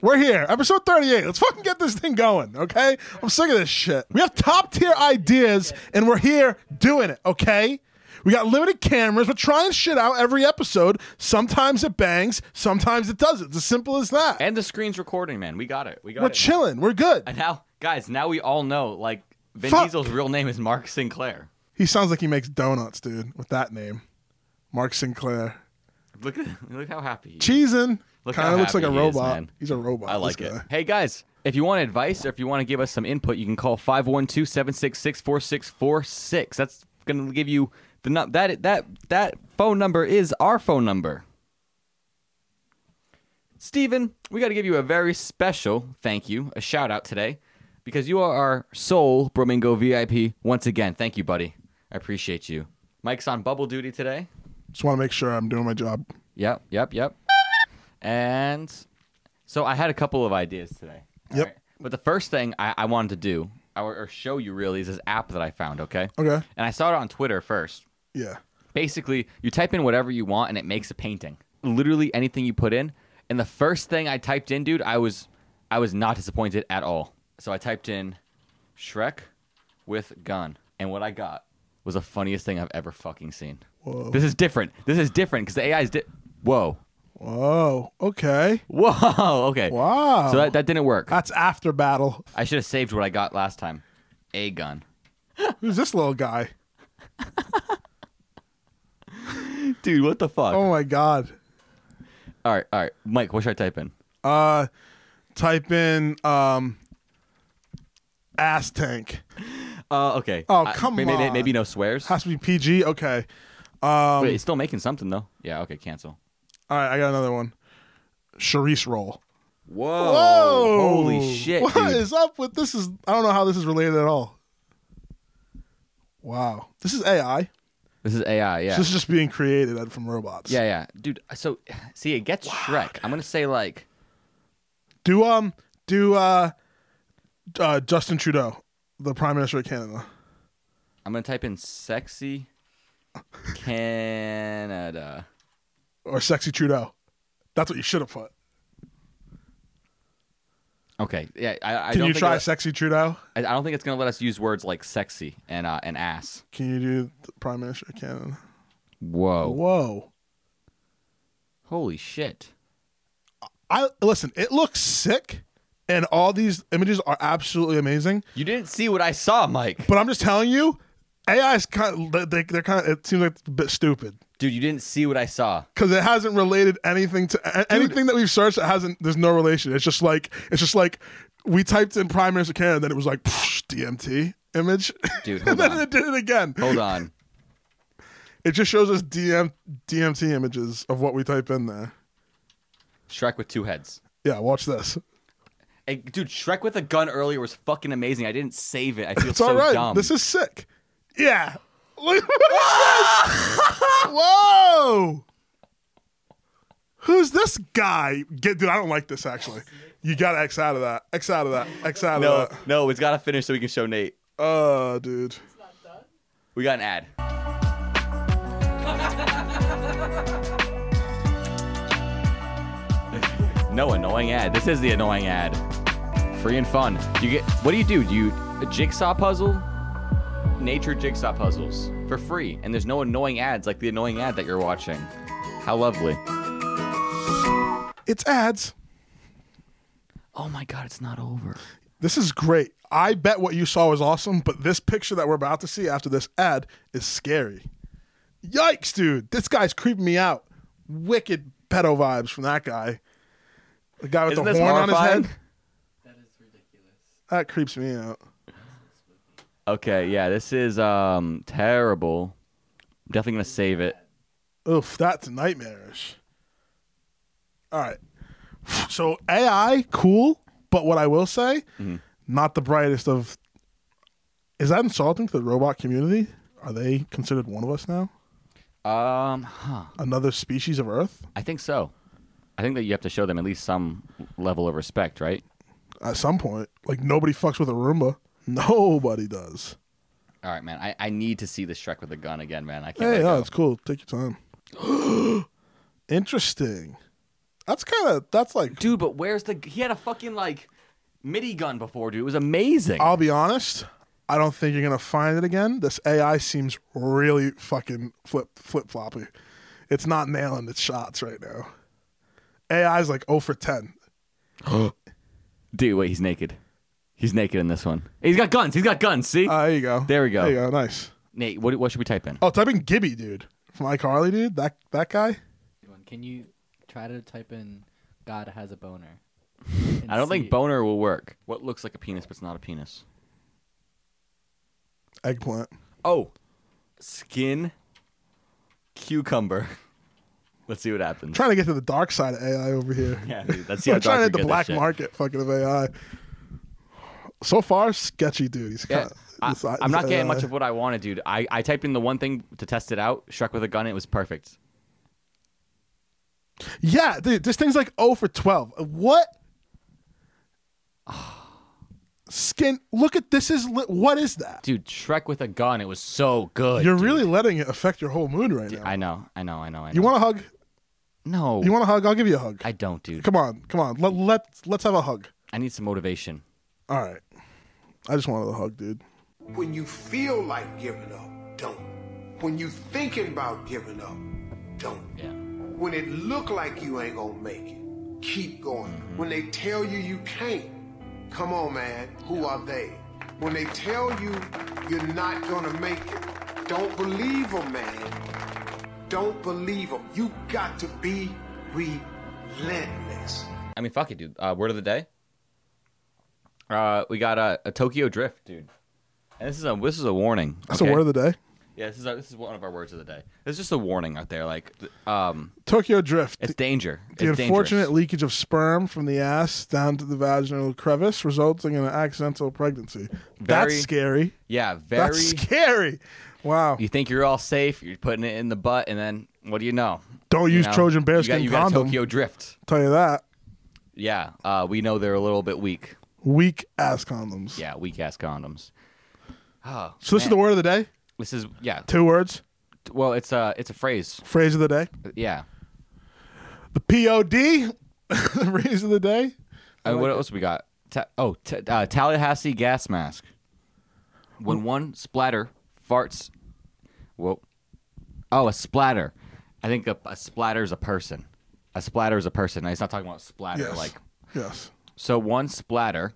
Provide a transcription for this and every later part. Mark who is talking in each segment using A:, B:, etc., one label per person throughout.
A: We're here. Episode 38. Let's fucking get this thing going, okay? I'm sick of this shit. We have top tier ideas and we're here doing it, okay? We got limited cameras. We're trying shit out every episode. Sometimes it bangs, sometimes it doesn't. It's as simple as that.
B: And the screen's recording, man. We got it. We got
A: we're
B: it.
A: chilling. We're good.
B: And now, guys, now we all know. Like Vin
A: Fuck.
B: Diesel's real name is Mark Sinclair.
A: He sounds like he makes donuts, dude, with that name. Mark Sinclair.
B: Look at look how happy. He is.
A: Cheesin.
B: Look
A: Kind
B: how
A: of looks like a
B: happy he is,
A: robot.
B: man.
A: He's a robot.
B: I like
A: this
B: it.
A: guy.
B: Hey guys, if you want advice or if you want to give us some input, you can call 512-766-4646. That's going to give you the num- that that that phone number is our phone number. Steven, we got to give you a very special thank you, a shout out today because you are our sole Bromingo VIP once again. Thank you, buddy. I appreciate you. Mike's on bubble duty today.
A: Just want to make sure I'm doing my job.
B: Yep, yep, yep. And so I had a couple of ideas today. All
A: Yep.
B: But the first thing I, I wanted to do or, or show you really is this app that I found, okay?
A: Okay.
B: And I saw it on Twitter first.
A: Yeah.
B: Basically, you type in whatever you want and it makes a painting. Literally anything you put in. And the first thing I typed in, dude, I was I was not disappointed at all. So I typed in Shrek with gun. And what I got was the funniest thing I've ever fucking seen.
A: Whoa.
B: This is different. This is different because the AI is di- Whoa.
A: Whoa. Okay.
B: Whoa. Okay.
A: Wow.
B: So that, that didn't work.
A: That's after battle.
B: I should have saved what I got last time. A gun.
A: Who's this little guy?
B: Dude, what the fuck?
A: Oh my god.
B: All right, all right. Mike, what should I type in?
A: Uh, type in um, ass tank.
B: Uh, okay.
A: Oh,
B: I-
A: come
B: maybe, Maybe,
A: on.
B: maybe no swears.
A: Has to be PG. Okay. Um,
B: Wait, it's still making something though. Yeah. Okay. Cancel.
A: all right, I got another one. Charisse roll.
B: Whoa. Holy shit,
A: What
B: dude.
A: is up with this? Is I don't know how this is related at all. Wow, this is AI.
B: This is AI. Yeah.
A: So this is just being created from robots.
B: yeah, yeah, dude. So, see, it gets Shrek. I'm gonna say like,
A: Do um do uh, uh Justin Trudeau, the Prime Minister of Canada.
B: I'm gonna type in sexy Canada.
A: or sexy Trudeau. That's what you should have put.
B: Okay, yeah. I, I
A: Can
B: don't
A: you
B: think
A: try
B: it-
A: sexy Trudeau?
B: I, I don't think it's gonna let us use words like sexy and uh, and ass.
A: Can you do the Prime Minister of Canada?
B: Whoa.
A: Whoa.
B: Holy shit.
A: I listen, it looks sick and all these images are absolutely amazing,
B: You didn't see what I saw, Mike.
A: but I'm just telling you AI's kind of, they, they're kind of it seems like it's a bit stupid
B: Dude, you didn't see what I saw.
A: cuz it hasn't related anything to a- anything that we've searched that hasn't there's no relation. It's just like it's just like we typed in Prime Minister of Canada then it was like psh, DMT image.
B: Dude,
A: and
B: hold
A: then
B: on.
A: it did it again.
B: Hold on.
A: It just shows us DM, DMT images of what we type in there.
B: Shrek with two heads.
A: Yeah, watch this.
B: Hey, dude, Shrek with a gun earlier was fucking amazing. I didn't save it. I feel
A: It's
B: so
A: all right.
B: dumb.
A: This is sick. Yeah. Look what it says. Whoa. Who's this guy? Get, dude, I don't like this actually. You got to X out of that. X out of that. X out
B: no,
A: of that.
B: no, it's gotta finish so we can show Nate.
A: Oh, dude.
B: We got an ad. no annoying ad. This is the annoying ad. Free and fun. You get what do you do? Do you a jigsaw puzzle? Nature jigsaw puzzles for free, and there's no annoying ads like the annoying ad that you're watching. How lovely.
A: It's ads.
B: Oh my god, it's not over.
A: This is great. I bet what you saw was awesome, but this picture that we're about to see after this ad is scary. Yikes, dude. This guy's creeping me out. Wicked pedo vibes from that guy. The guy with
B: Isn't
A: the
B: this
A: horn on
B: horrifying?
A: his head. That creeps me out.
B: Okay, yeah, this is um terrible. I'm definitely gonna save it.
A: Oof, that's nightmarish. All right. So AI, cool, but what I will say, not the brightest of. Is that insulting to the robot community? Are they considered one of us now?
B: Um, huh.
A: Another species of Earth?
B: I think so. I think that you have to show them at least some level of respect, right?
A: at some point. Like nobody fucks with a Roomba. Nobody does.
B: All right, man. I, I need to see this Shrek with a gun
A: uh,
B: again, man. I can't.
A: Hey,
B: let
A: oh,
B: go.
A: it's cool. Take your time. Interesting. That's kind of that's like
B: Dude, but where's the? He had a fucking like MIDI gun before, dude. It was amazing.
A: I'll be honest. I don't think you're gonna find it again. This AI seems really fucking flip flip floppy. It's not nailing its shots right now. AI's like 0 for 10.
B: dude, wait, he's naked. He's naked in this one. He's got guns. He's got guns. See,
A: Uh, there you go.
B: There we go.
A: There you go. Nice.
B: Nate, what, what should we type in?
A: Oh, type in Gibby, dude, from iCarly, dude. That that guy.
C: Can you try to type in "God has a boner"?
B: I don't think boner will work. What looks like a penis but's not a penis?
A: Eggplant.
B: Oh, skin cucumber. Let's see what happens.
A: trying to get to the dark side of AI over here.
B: yeah, dude, let's see how
A: I'm trying to hit
B: dark we
A: the
B: get
A: black
B: this shit.
A: market fucking of AI. So far, sketchy dude. He's
B: Yeah,
A: kind
B: I,
A: of,
B: am not getting much
A: uh,
B: of what I wanted, dude. I, I typed in the one thing to test it out. Shrek with a gun. It was perfect.
A: Yeah, dude, this thing's like 0 for 12. What? Skin. Look at this. Is li- what is that?
B: Dude, Shrek with a gun. It was so good.
A: You're
B: dude.
A: really letting it affect your whole mood right now.
B: I know. I know. I know. I know.
A: you want a hug?
B: No.
A: You want a hug? I'll give you a hug.
B: I don't, dude.
A: come on, come on. Let let let's have a hug.
B: I need some motivation.
A: All right. I just wanted a hug, dude.
D: When you feel like giving up, don't. When you thinking about giving up, don't.
B: Yeah.
D: When it look like you ain't gonna make it, keep going. When they tell you you can't, come on, man. Who are they? When they tell you you're not gonna make it, don't believe them, man. Don't believe them. You got to be relentless.
B: I mean, fuck it, dude. Uh, word of the day. Uh, we got a, a Tokyo Drift, dude. And this is a this is a warning.
A: That's
B: okay?
A: a word of the day.
B: Yeah, this is a, this is one of our words of the day. It's just a warning out there. Like, th- um,
A: Tokyo Drift.
B: it's danger.
A: The
B: it's
A: unfortunate
B: dangerous.
A: leakage of sperm from the ass down to the vaginal crevice, resulting in an accidental pregnancy.
B: Very-
A: That's scary.
B: Yeah, very.
A: That's scary. Wow.
B: you think you're all safe. You're putting it in the butt, and then what do you know?
A: Don't
B: You
A: use
B: know?
A: Trojan
B: You got-
A: bearskin
B: You got a
A: condom.
B: Tokyo Drift.
A: Tell you that.
B: Yeah, uh, we know they're a little bit weak.
A: Weak ass condoms.
B: Yeah, weak ass condoms. Oh,
A: So this is the word of the day.
B: This is yeah.
A: Two words.
B: Well, it's a it's a phrase.
A: Phrase of the day.
B: Yeah.
A: The POD. Phrase of the day.
B: I mean, what else we got? Ta- oh, t- uh, Tallahassee gas mask. When one splatter farts, whoa, oh, a splatter. I think a, a splatter is a person. A splatter is a person. He's not talking about splatter.
A: Yes.
B: Like
A: Yes.
B: so, one splatter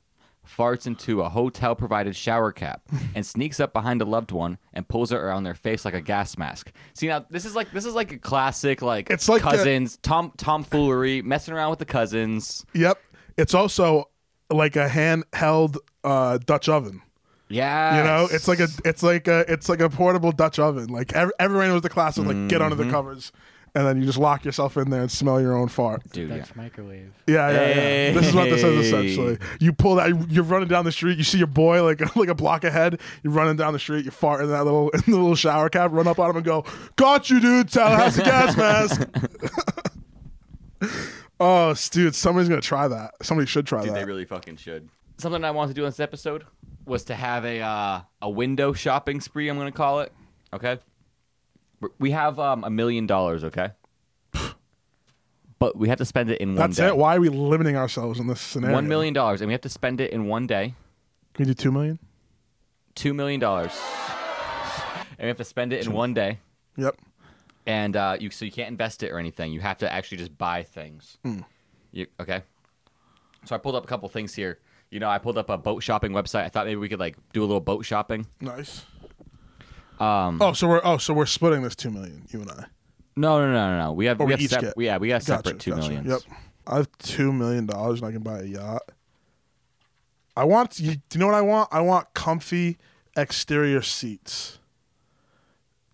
B: farts into a hotel-provided shower cap and sneaks up behind a loved one and pulls it around their face like a gas mask. See now, this is like this is like a classic like
A: It's like the-
B: cousins tom tomfoolery messing around with the cousins.
A: Yep. It's also like a handheld uh, Dutch oven.
B: Yeah,
A: You know, it's like a it's like a it's like a portable Dutch oven. Like ev- everyone was the class of like get under
B: Mm-hmm.
A: the covers, and then you just lock yourself in there and smell your own fart.
B: dude. yeah.
C: Dutch microwave.
A: Yeah, yeah, yeah. This is what this is
B: Hey.
A: essentially. You pull that. You're running down the street. You see your boy like like a block ahead. You're running down the street. You fart in that little in the little shower cap. Run up on him and go, "Got you, dude! Tallahassee gas mask." oh, s- dude, somebody's gonna try that. Somebody should try
B: Dude,
A: that.
B: they really fucking should. Something I wanted to do on this episode was to have a uh, a window shopping spree. I'm gonna call it. Okay. We're- We have um, a million dollars. Okay. But we have to spend it in one
A: That's
B: day.
A: it. Why are we limiting ourselves in this scenario?
B: One million dollars, and we have to spend it in one day.
A: Can we do two million?
B: Two million dollars, and we have to spend it in one day.
A: Yep.
B: And uh, you so you can't invest it or anything. You have to actually just buy things.
A: Hmm.
B: You, okay. So I pulled up a couple things here. You know, I pulled up a boat shopping website. I thought maybe we could like do a little boat shopping.
A: Nice. Um, oh, so we're oh, so we're splitting this two million, you and I.
B: No, no, no, no, no. We have
A: Or
B: we
A: we
B: have
A: each
B: sep-
A: get-
B: we- yeah, we got
A: Gotcha,
B: separate two
A: gotcha.
B: millions.
A: Yep. I have two million dollars and I can buy a yacht. I want you, do you know what I want? I want comfy exterior seats.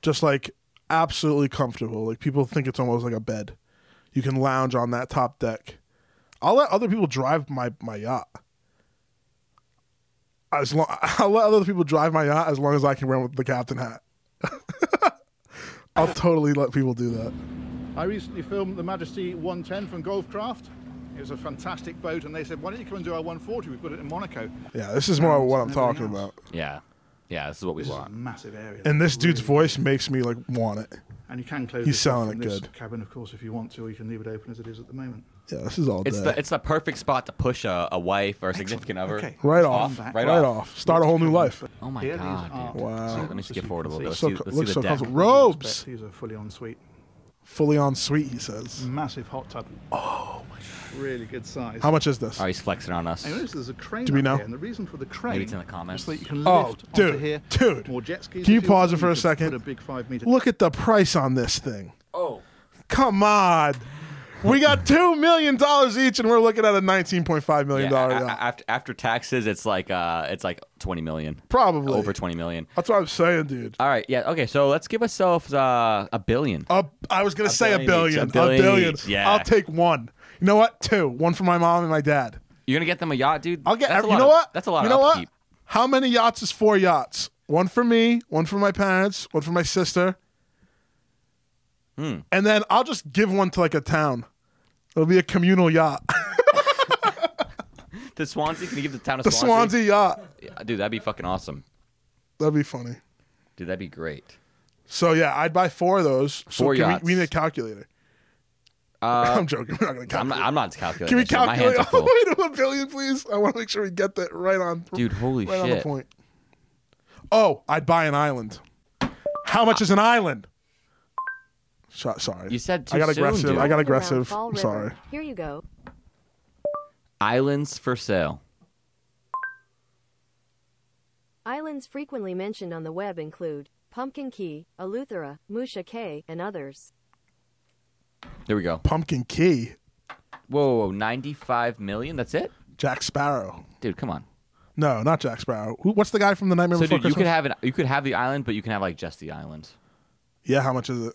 A: Just like absolutely comfortable. Like people think it's almost like a bed. You can lounge on that top deck. I'll let other people drive my, my yacht. As long I'll let other people drive my yacht as long as I can run with the captain hat. I'll totally let people do that.
E: I recently filmed the Majesty 110 from Golfcraft. It was a fantastic boat, and they said, "Why don't you come and do our 140? We put it in Monaco."
A: Yeah, this is more what I'm
E: Everything
A: talking
E: else.
A: about.
B: Yeah. Yeah, this is what we
E: This is a
B: want.
E: massive area,
A: And this dude's
E: Really-
A: voice makes me like want it.
E: And you can close.
A: He's
E: this off
A: selling
E: from
A: it
E: this
A: good.
E: Cabin, of course, if you want to, or you can leave it open as it is at the moment.
B: Oh,
A: Yeah, this is all
B: It's
A: dead.
B: the it's the perfect spot to push a, a wife or a significant other.
E: Excellent. Okay.
A: right off,
E: Back.
A: right off. Start a whole new life.
B: Oh my
E: Here these
B: god,
E: are-
C: Uh,
B: dude.
A: Wow.
B: Let me skip forward a little bit. Let's
A: So
B: see,
A: co-
B: let's see
A: looks
B: the
A: so
B: deck.
A: comfortable. Robes,
E: These are fully en suite.
A: fully on suite. He says.
E: Massive hot tub. Oh, my really good size.
A: How much is this?
B: Oh, he's flexing on us.
E: I notice there's a crane
A: Do we
E: up
A: know?
E: here, and the reason for the crane
B: it's in the comments.
E: is so that you can lift
A: Oh,
E: onto
A: dude,
E: here,
A: dude.
E: more jet skis.
A: Can you
E: if
A: pause
E: want,
A: it for a
E: could
A: second?
E: Put a big five meter.
A: Look at the price on this thing.
B: Oh,
A: Come on. We got two million dollars each, and we're looking at a nineteen point five million
B: Yeah,
A: dollar.
B: a- a-
A: yacht.
B: after after taxes, it's like uh, it's like twenty million,
A: Probably
B: over Uh, twenty million.
A: That's what I'm saying, dude.
B: All right, yeah, okay. So let's give ourselves uh, a billion.
A: A, I was gonna say
B: billion
A: a
B: each, a
A: billion. A
B: billion
A: billion.
B: each, yeah.
A: I'll take one. You know what? Two. One for my mom and my dad.
B: You're gonna get them a yacht, dude.
A: I'll get.
B: That's
A: every-
B: a
A: you
B: lot
A: know
B: of-
A: what?
B: That's a lot.
A: You
B: of
A: know
B: upkeep.
A: what? How many yachts is four yachts? One for me, one for my parents, one for my sister.
B: Hmm.
A: And then I'll just give one to like a town. It'll be a communal yacht.
B: what? To Swansea, can you give the town of
A: the Swansea yacht.
B: Yeah, dude, that'd be fucking awesome.
A: That'd be funny.
B: Dude, that'd be great.
A: So yeah, I'd buy four of those. So
B: Four
A: can
B: yachts. Uh,
A: We, we need a calculator. I'm joking. We're not gonna calculate.
B: I'm not, I'm not calculating.
A: Can we
B: this shit. My
A: calculate
B: hands are
A: all
B: full.
A: the way to a billion, please? I want to make sure we get that right on.
B: Dude, holy
A: right on the
B: shit.
A: point. Oh, I'd buy an island. How much is an island? Sh- Sorry,
B: You said too
A: I got
B: soon,
A: aggressive.
B: dude.
A: I got
F: Around
A: aggressive.
F: Fall
A: I'm
F: River.
A: sorry.
F: Here you go.
B: Islands for sale.
F: Islands frequently mentioned on the web include Pumpkin Key, Eleuthera, Musha Cay, and others.
B: There we go.
A: Pumpkin Key,
B: Whoa, whoa, whoa, 95 million? That's it?
A: Jack Sparrow.
B: Dude, come on.
A: No, not Jack Sparrow. Who, what's the guy from the Nightmare
B: So
A: Before
B: dude, you
A: Christmas?
B: could have it you could have the island, but you can have like just the island.
A: yeah, how much is it?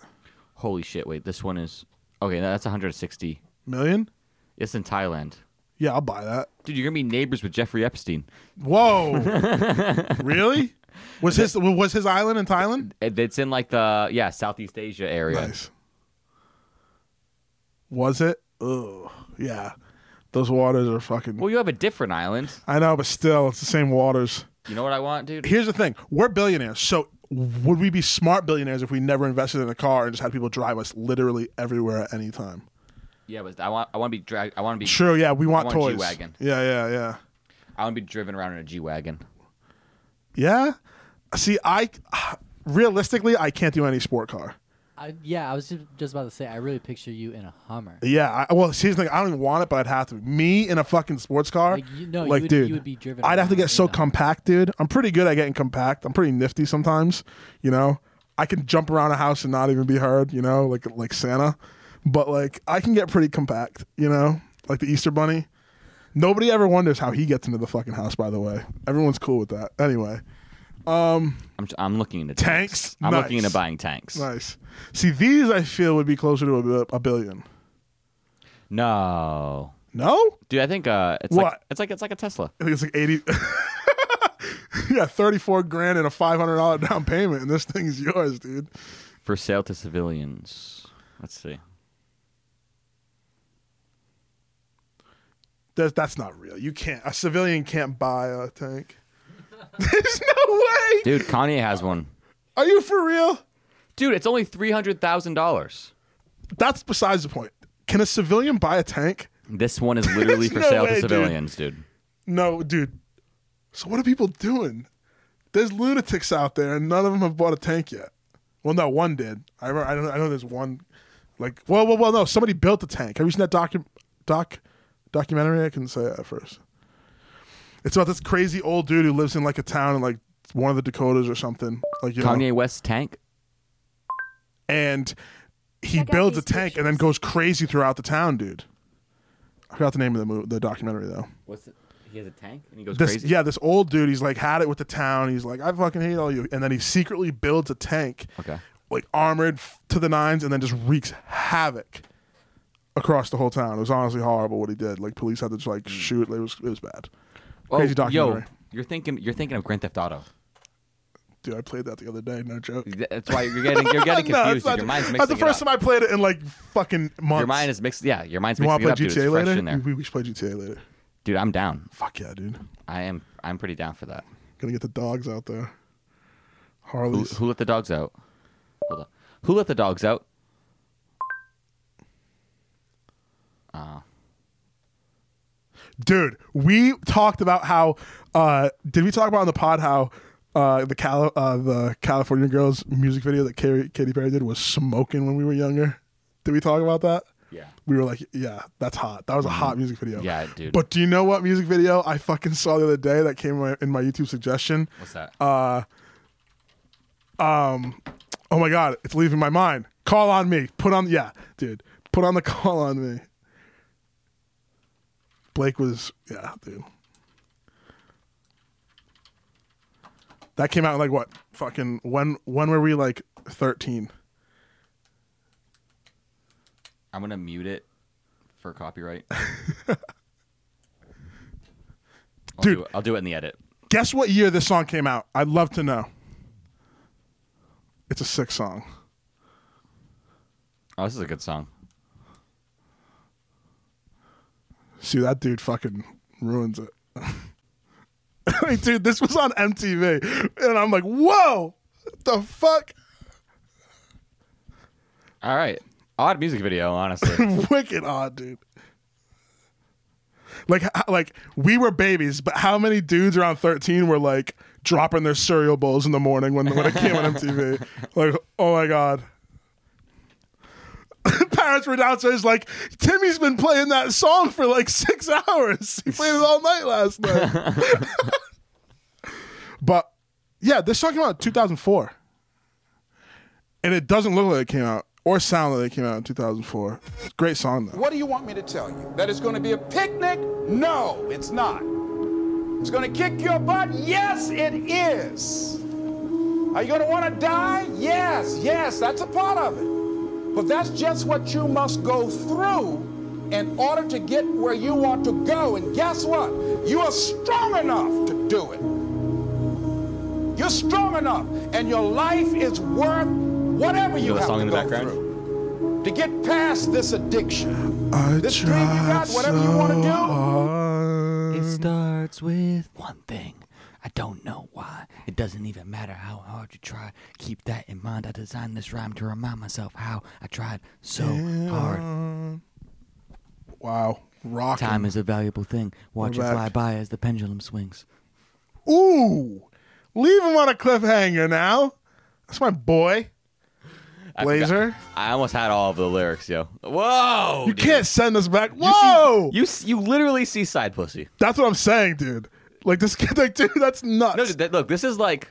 B: Holy shit, wait, this one is Okay, no, that's 160.
A: Million?
B: It's in Thailand.
A: Yeah, I'll buy that.
B: Dude, you're gonna be neighbors with Jeffrey Epstein.
A: Whoa, really? Was his was his island in Thailand?
B: It- It's in like the yeah, Southeast Asia area.
A: Nice. Was it? Ugh. Yeah. Those waters are fucking.
B: Well, you have a different island.
A: I know, but still, it's the same waters.
B: You know what I want, dude?
A: Here's the thing we're billionaires. So would we be smart billionaires if we never invested in a car and just had people drive us literally everywhere at any time?
B: Yeah, but I want I want to be dragged I want to be
A: Sure, yeah, we want,
B: want a
A: toys.
B: G-Wagon.
A: Yeah, yeah, yeah.
B: I want to be driven around in a G-Wagon.
A: Yeah? See, I realistically, I can't do any sport car.
C: I, yeah, I was ju- just about to say. I really picture you in a Hummer.
A: Yeah, I, well, see, the thing, I don't even want it, but I'd have to. Me in a fucking sports car,
C: Like, you- no, you would-
A: dude,
C: you would be driven
A: I'd have to
C: around
A: get so
C: in a-
A: compact, dude. I'm pretty good at getting compact. I'm pretty nifty sometimes, you know. I can jump around a house and not even be heard, you know, like like Santa. But like, I can get pretty compact, you know, like the Easter Bunny. Nobody ever wonders how he gets into the fucking house. By the way, everyone's cool with that. Anyway,
B: I'm I'm looking into
A: Tanks?
B: I'm
A: Nice.
B: looking into buying tanks.
A: nice. See, these I feel would be closer to a, bi- a billion.
B: No.
A: No,
B: Dude, I think uh, it's like
A: What?
B: it's like it's like a Tesla.
A: I think it's like eighty. yeah, thirty-four grand and a five hundred dollar down payment, and this thing's yours, dude.
B: for sale to civilians. Let's see.
A: That's that's not real. You can't. A civilian can't buy a tank. There's no way.
B: Dude, Kanye has one.
A: Are you for real?
B: Dude, it's only three hundred thousand dollars.
A: That's besides the point. Can a civilian buy a tank?
B: This one is literally for
A: no
B: sale
A: way,
B: to
A: dude.
B: civilians, dude.
A: No, dude. So what are people doing? There's lunatics out there, and none of them have bought a tank yet. Well, no, one did. I remember. I know. I know. There's one. Like, well, well, well. No, somebody built a tank. Have you seen that docu- doc documentary? I couldn't say it at first. It's about this crazy old dude who lives in like a town in like one of the Dakotas or something. Like you know.
B: Kanye West tank.
A: and he
F: Check out
A: builds a
F: these
A: tank and then goes crazy throughout the town, dude. I forgot the name of the movie, the documentary though.
B: What's it? He has a tank and he goes
A: This
B: crazy.
A: yeah, this old dude, he's like had it with the town. He's like, I fucking hate all you, and then he secretly builds a tank,
B: Okay.
A: like armored f- to the nines, and then just wreaks havoc across the whole town. It was honestly horrible what he did. Like police had to just like shoot. It was it was bad. Crazy
B: Hmm. oh,
A: documentary.
B: Yo, you're thinking you're thinking of Grand Theft Auto.
A: Dude, I played that the other day. No joke.
B: That's why you're getting you're getting
A: No,
B: confused.
A: it's not-
B: your mind's mixing
A: that's the
B: it
A: first
B: up.
A: time I played it in like fucking months.
B: your mind is mixed. Yeah, your mind's
A: You want
B: mixing
A: to
B: it
A: play GTA
B: up, dude. It's fresh
A: later?
B: in there,
A: We, we should play GTA later.
B: dude. I'm down.
A: Fuck yeah, dude.
B: I am. I'm pretty down for that.
A: Gonna get the dogs out there.
B: Who,
A: Harleys.
B: who let the dogs out? Hold on. Who let the dogs out?
A: dude. We talked about how uh, did we talk about on the pod how uh, the Cali- uh, the California Girls music video that Katy, Katy Perry did was smoking when we were younger. Did we talk about that?
B: Yeah.
A: We were like, yeah, that's hot. That was a hot music video.
B: Mm-hmm. Yeah, dude.
A: But do you know what music video I fucking saw the other day that came in my, in my YouTube suggestion?
B: What's that?
A: Uh, Oh my god, it's leaving my mind. Call on me. Put on yeah, dude. Put on the call on me. Blake was yeah, dude. That came out in like what? Fucking when when were we like 13?
B: I'm gonna mute it for copyright. I'll
A: Dude.
B: do it. I'll do it in the edit.
A: Guess what year this song came out? I'd love to know. It's a sick song.
B: Oh, this is a good song.
A: See that dude fucking ruins it. like, dude, this was on MTV. And I'm like, whoa! What the fuck?
B: All right, odd music video, honestly.
A: wicked odd, dude. Like, h- like we were babies, but how many dudes around thirteen were like dropping their cereal bowls in the morning when when it came on MTV? Like, oh my god. Parents were downstairs like, Timmy's been playing that song for like six hours. He played it all night last night. but yeah, this song came out in 2004. And it doesn't look like it came out or sound like it came out in 2004. It's a great song, though.
G: What do you want me to tell you? That it's going to be a picnic? No, it's not. It's going to kick your butt? Yes, it is. Are you going to want to die? Yes, yes, that's a part of it. But that's just what you must go through in order to get where you want to go. And guess what? You are strong enough to do it. You're strong enough, and your life is worth whatever you,
B: You know the
G: have
B: song
G: to
B: in the
G: go
B: background?
G: through to get past this addiction.
A: I
G: This dream you got, whatever you wanna do.
B: it
A: do.
B: starts with one thing. I don't know why. It doesn't even matter how hard you try. Keep that in mind. I designed this rhyme to remind myself how I tried so hard.
A: Wow, rock.
B: Time is a valuable thing. Watch
A: We're
B: it fly
A: back.
B: by as the pendulum swings.
A: Ooh, leave him on a cliffhanger now. That's my boy,
B: I
A: Blazer.
B: forgot- I almost had all of the lyrics, yo. Whoa!
A: You
B: dude.
A: can't send us back.
B: You see-
A: Whoa,
B: You s- you literally see side pussy.
A: that's what I'm saying, dude. Like this kid, like dude, that's nuts.
B: No, dude, that, look, this is like,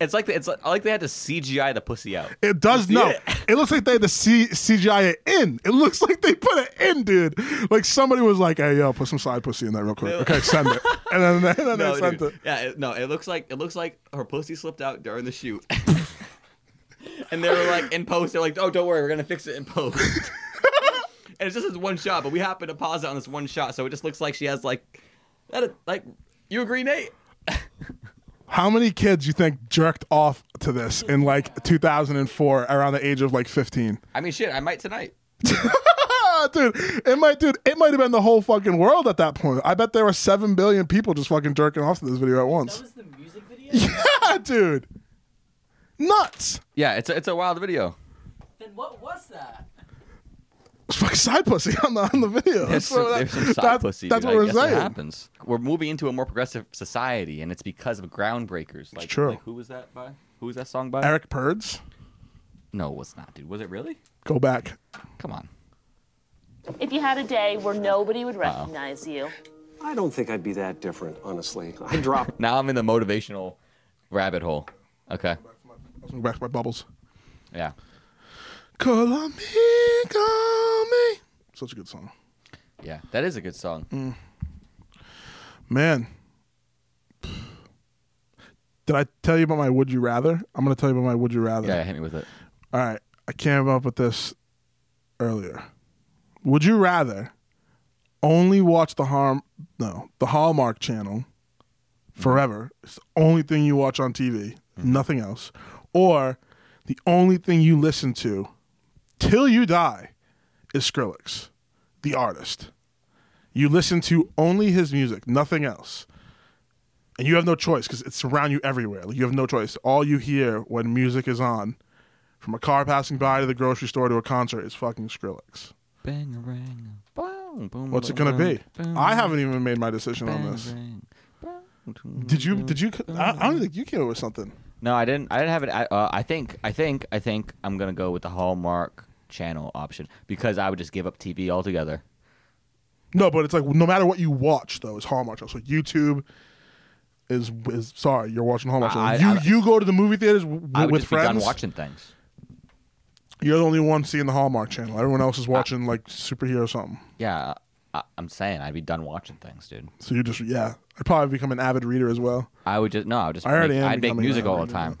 B: it's like the, it's like, I like they had to CGI the pussy out.
A: it does no.
B: it?
A: It looks like they had to C- CGI it in. It looks like they put it in, dude. Like somebody was like, "Hey, yo, put some side pussy in that real quick." Okay, send it, and then, and then they
B: no,
A: sent
B: dude.
A: it.
B: yeah, it, no, it looks like it looks like her pussy slipped out during the shoot. and they were like in post, they're like, oh, don't worry, we're gonna fix it in post. and it's just this one shot, but we happen to pause it on this one shot, so it just looks like she has like, that like, you agree, Nate?
A: How many kids you think jerked off to this in like 2004 around the age of like 15?
B: I mean, shit, I might tonight.
A: Ah, dude, it might dude, it might have been the whole fucking world at that point. I bet there were 7 billion people just fucking jerking off to this video at once.
C: the music video?
A: Yeah, dude. Nuts.
B: Yeah, it's a, it's a wild video.
C: Then what was that?
A: It's fucking side pussy on the on the video.
B: There's
A: So
B: some,
A: that-
B: there's some side
A: that's-
B: pussy.
A: That's
B: dude.
A: what
B: I
A: we're
B: guess it
A: saying.
B: happens. We're moving into a more progressive society, and it's because of groundbreakers. Like,
A: true.
B: like who was that by? Who was that song by?
A: Eric Purds,
B: No, it was not, dude. Was it really?
A: go back.
B: Come on.
H: If you had a day where nobody would recognize you,
I: I don't think I'd be that different, honestly. I dropped
B: Now I'm in the motivational rabbit hole. Okay.
A: Let's go back to my bubbles.
B: Yeah.
A: Call on me, call me. Such a good song.
B: Yeah. That is a good song.
A: Mm. Man. Did I tell you about my would you rather? I'm going to tell you about my would you rather.
B: Yeah, hit me with it.
A: All right. I came up with this earlier. Would you rather only watch the harm no, the Hallmark channel forever? It's the only thing you watch on TV, nothing else. Or the only thing you listen to till you die is Skrillex, the artist. You listen to only his music, nothing else. And you have no choice because it's around you everywhere. Like, you have no choice. All you hear when music is on, from a car passing by to the grocery store to a concert, is fucking Skrillex.
B: Bang a ring. Wow. Boom, boom,
A: What's it
B: boom,
A: gonna be?
B: boom,
A: I haven't even made my decision on
B: bang,
A: this.
B: bang, boom,
A: Did you?
B: boom,
A: Did you? I, I don't think you came up with something.
B: No, I didn't. I didn't have it. I- Uh, I think. I think. I think I'm gonna go with the Hallmark channel option because I would just give up TV altogether.
A: No, but it's like no matter what you watch though, it's Hallmark. So YouTube is is sorry, you're watching Hallmark.
B: I-
A: you
B: I-
A: you go to the movie theaters w-
B: I would
A: with
B: just
A: friends.
B: be done watching things.
A: You're the only one seeing the Hallmark channel. Everyone else is watching like superhero or something.
B: Yeah, I, I'm saying I'd be done watching things, dude.
A: So you just yeah, I'd probably become an avid reader as well.
B: I would just no. I would just.
A: I already
B: make,
A: am
B: I'd make
A: becoming
B: music
A: that
B: all
A: right
B: the time.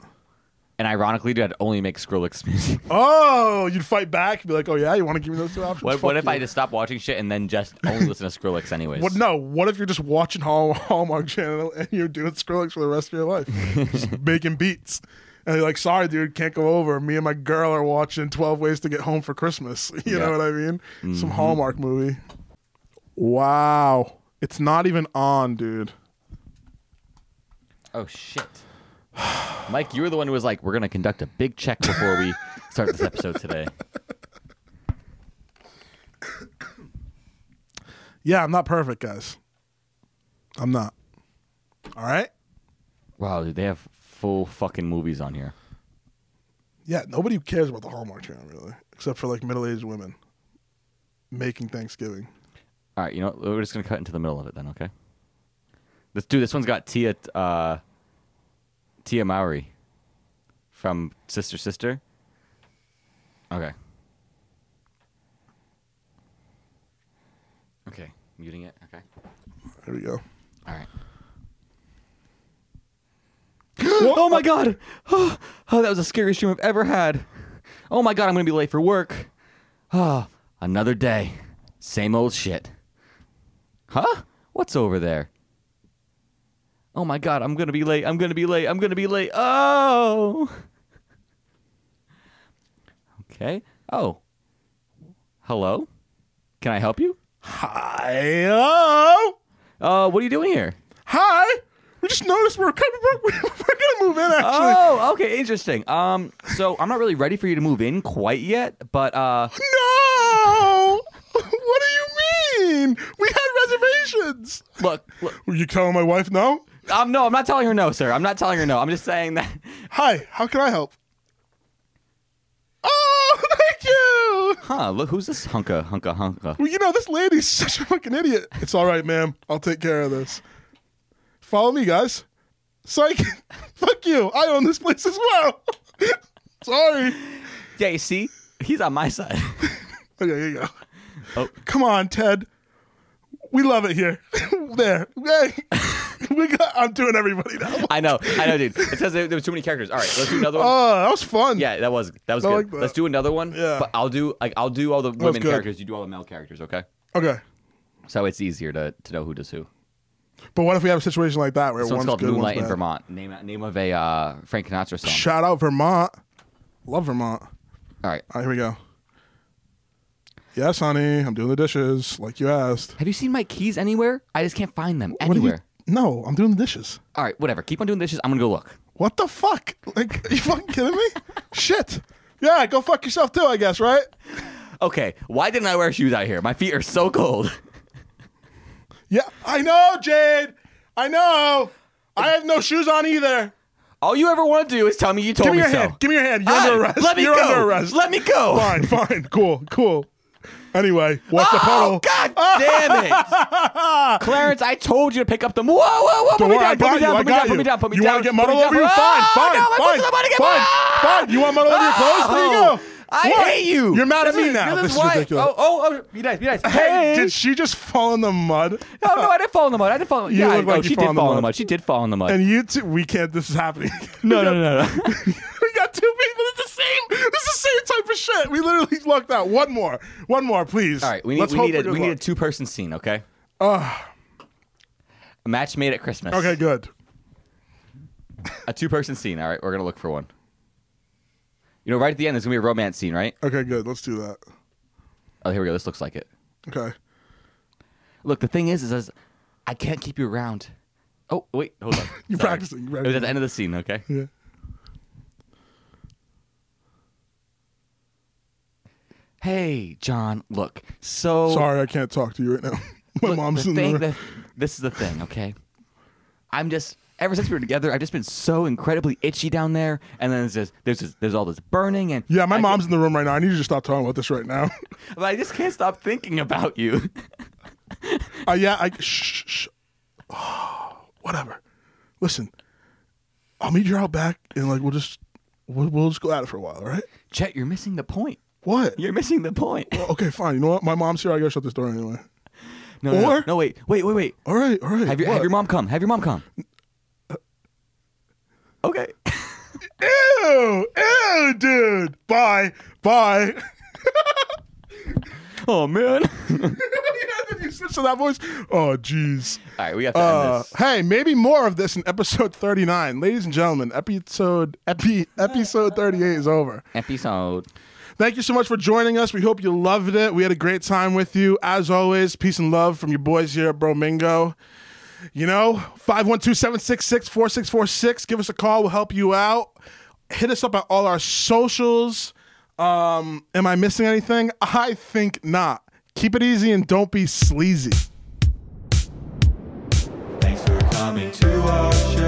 B: And ironically, dude, I'd only make Skrillex music.
A: Oh, you'd fight back, be like, oh yeah, you want to give me those two options?
B: What,
A: Fuck
B: what if
A: you.
B: I just stop watching shit and then just only listen to Skrillex anyways?
A: What, no, what if you're just watching Hall- Hallmark Channel and you're doing Skrillex for the rest of your life, just making beats? And you're like, sorry, dude, can't go over. Me and my girl are watching 12 Ways to Get Home for Christmas. You know
B: Yeah.
A: what I mean? Some Hallmark movie. Wow. It's not even on, dude.
B: Oh shit. Mike, you were the one who was like, "We're gonna conduct a big check before we start this episode today."
A: Yeah, I'm not perfect, guys. I'm not. All right?
B: Wow, dude, they have full fucking movies on here.
A: Yeah, nobody cares about the Hallmark Channel, really, except for like middle aged women making Thanksgiving.
B: All right, you know what? we're just gonna cut into the middle of it then, okay? Let's do this one's got Tia uh, Tia Mowry from Sister Sister. Okay. Okay, muting it. Okay.
A: Here we go.
B: All right.
A: What?
B: Oh my god! Oh, oh, that was the scariest dream I've ever had. Oh my god, I'm gonna be late for work. Ah, another day, same old shit. Huh? What's over there? Oh my god, I'm gonna be late. I'm gonna be late. I'm gonna be late. Oh. Okay. Oh. Hello. Can I help you?
A: Hi.
B: Uh, what are you doing here?
A: Hi. We just noticed we're coming. We're, we're gonna move in. Actually,
B: Oh, okay, interesting. Um, so I'm not really ready for you to move in quite yet, but uh,
A: no. what do you mean? We had reservations.
B: look, look
A: Were you telling my wife no?
B: um, no, I'm not telling her no, sir. I'm not telling her no. I'm just saying that.
A: Hi. How can I help? Oh, thank you.
B: Huh? Look, who's this hunka hunka hunka?
A: Well, you know this lady's such a fucking idiot. It's all right, ma'am. I'll take care of this. Follow me, guys. Psych. Fuck you. I own this place as well. Sorry.
B: Yeah, you see, he's on my side.
A: Okay, here you go.
B: Oh.
A: Come on, Ted. We love it here. there. Hey. we got, I'm doing everybody now.
B: I know, I know, dude. It's because there there was too many characters. All right, let's do another one.
A: Oh, that was fun.
B: yeah, that was that was
A: I
B: good.
A: like that.
B: Let's do another one.
A: Yeah.
B: But I'll do like I'll do all the women
A: good.
B: characters. You do all the male characters, okay?
A: Okay.
B: So it's easier to, to know who does who.
A: But what if we have a situation like that where
B: This
A: one's
B: one's called
A: good,
B: Moonlight
A: one's
B: in
A: bad?
B: Vermont. Name name of a uh, Frank Sinatra song.
A: Shout out Vermont. Love Vermont.
B: all right.
A: All right, here we go. Yes, honey. I'm doing the dishes, like you asked.
B: Have you seen my keys anywhere? I just can't find them
A: What are you-
B: anywhere.
A: No, I'm doing the dishes.
B: All right, whatever. Keep on doing dishes. I'm gonna go look.
A: What the fuck? Like, are you fucking kidding me? Shit. Yeah, go fuck yourself too, I guess, right?
B: Okay, why didn't I wear shoes out here? My feet are so cold.
A: Yeah, I know, Jade. I know. I have no shoes on either.
B: All you ever want to do is tell me you told
A: Give me
B: me
A: your
B: so.
A: hand. Give me your hand. You're under
B: Hey,
A: arrest.
B: Let me
A: You're
B: go.
A: under arrest.
B: Let me go.
A: Fine, fine. Cool, cool. Anyway, what's the Ah,
B: Oh
A: puddle?
B: God damn it, Clarence! I told you to pick up the. Whoa, whoa, whoa!
A: Don't
B: put
A: worry, I
B: me
A: got you.
B: down, put me down,
A: I
B: put me
A: got
B: down,
A: you.
B: put me down, put me
A: you
B: down.
A: want to get
B: put me
A: muddled
B: down.
A: over you? Fine,
B: Oh,
A: fine,
B: no, I put
A: fine,
B: the money-
A: fine, fine. You want muddled over your clothes? There you go.
B: Oh, I
A: What?
B: hate you.
A: You're mad at me now.
B: This
A: This is
B: why-
A: ridiculous.
B: Oh, oh, oh, be nice, be nice.
A: Hey,
B: Hey,
A: did she just fall in the mud?
B: no, no, I didn't fall in the mud. I didn't fall.
A: You
B: yeah, I-
A: look like
B: oh,
A: you
B: she
A: fall
B: did
A: in the
B: fall in the
A: mud.
B: mud. She did fall in the mud.
A: And you two, we can't. This is happening.
B: no, no, no, no.
A: we got two people. It's the same. It's the same type of shit. We literally lucked out. One more. One more, please.
B: All right, we need
A: Let's
B: we
A: hope
B: need,
A: for
B: a,
A: good
B: we need a
A: luck.
B: two person scene, okay? a match made at Christmas.
A: Okay, good.
B: A two person scene. All right, we're gonna look for one. You know, right at the end, there's gonna be a romance scene, right?
A: Okay, good. Let's do that.
B: Oh, here we go. This looks like it.
A: Okay.
B: Look, the thing is, is, is I can't keep you around. Oh wait, hold on.
A: You're
B: Sorry.
A: practicing, you're
B: It was at the end of the scene, okay?
A: Yeah.
B: hey, John, look, so
A: Sorry, I can't talk to you right now. My
B: look,
A: mom's
B: the
A: in
B: thing
A: the room.
B: that- this is the thing, okay? I'm just ever since we were together, I've just been so incredibly itchy down there, and then there's this, there's this, there's all this burning and
A: Yeah, my
B: I-
A: mom's in the room right now. I need you to stop talking about this right now.
B: but I just can't stop thinking about you.
A: uh, yeah, I shh, shh, shh. whatever. Listen, I'll meet you out back, and like we'll just we'll, we'll just go at it for a while, all right?
B: Chet, you're missing the point.
A: What?
B: You're missing the point.
A: Okay, fine. You know what? My mom's here. I gotta shut this door anyway.
B: No, no, no,
A: Or-
B: no, wait, wait, wait, wait.
A: All right, all right.
B: Have your
A: what?
B: have your mom come. Have your mom come. Okay.
A: Ew, ew, dude. Bye, bye.
B: oh man.
A: If you switch to that voice. Oh, jeez.
B: All right, we have to end
A: Uh,
B: this.
A: hey, maybe more of this in episode 39. Ladies and gentlemen, episode epi, episode 38 is over.
B: Episode.
A: Thank you so much for joining us. We hope you loved it. We had a great time with you. As always, peace and love from your boys here at Bromingo. You know, 512 766 4646. Give us a call. We'll help you out. Hit us up at all our socials. Um, am I missing anything? I think not. Keep it easy and don't be sleazy.
J: Thanks for coming to our show.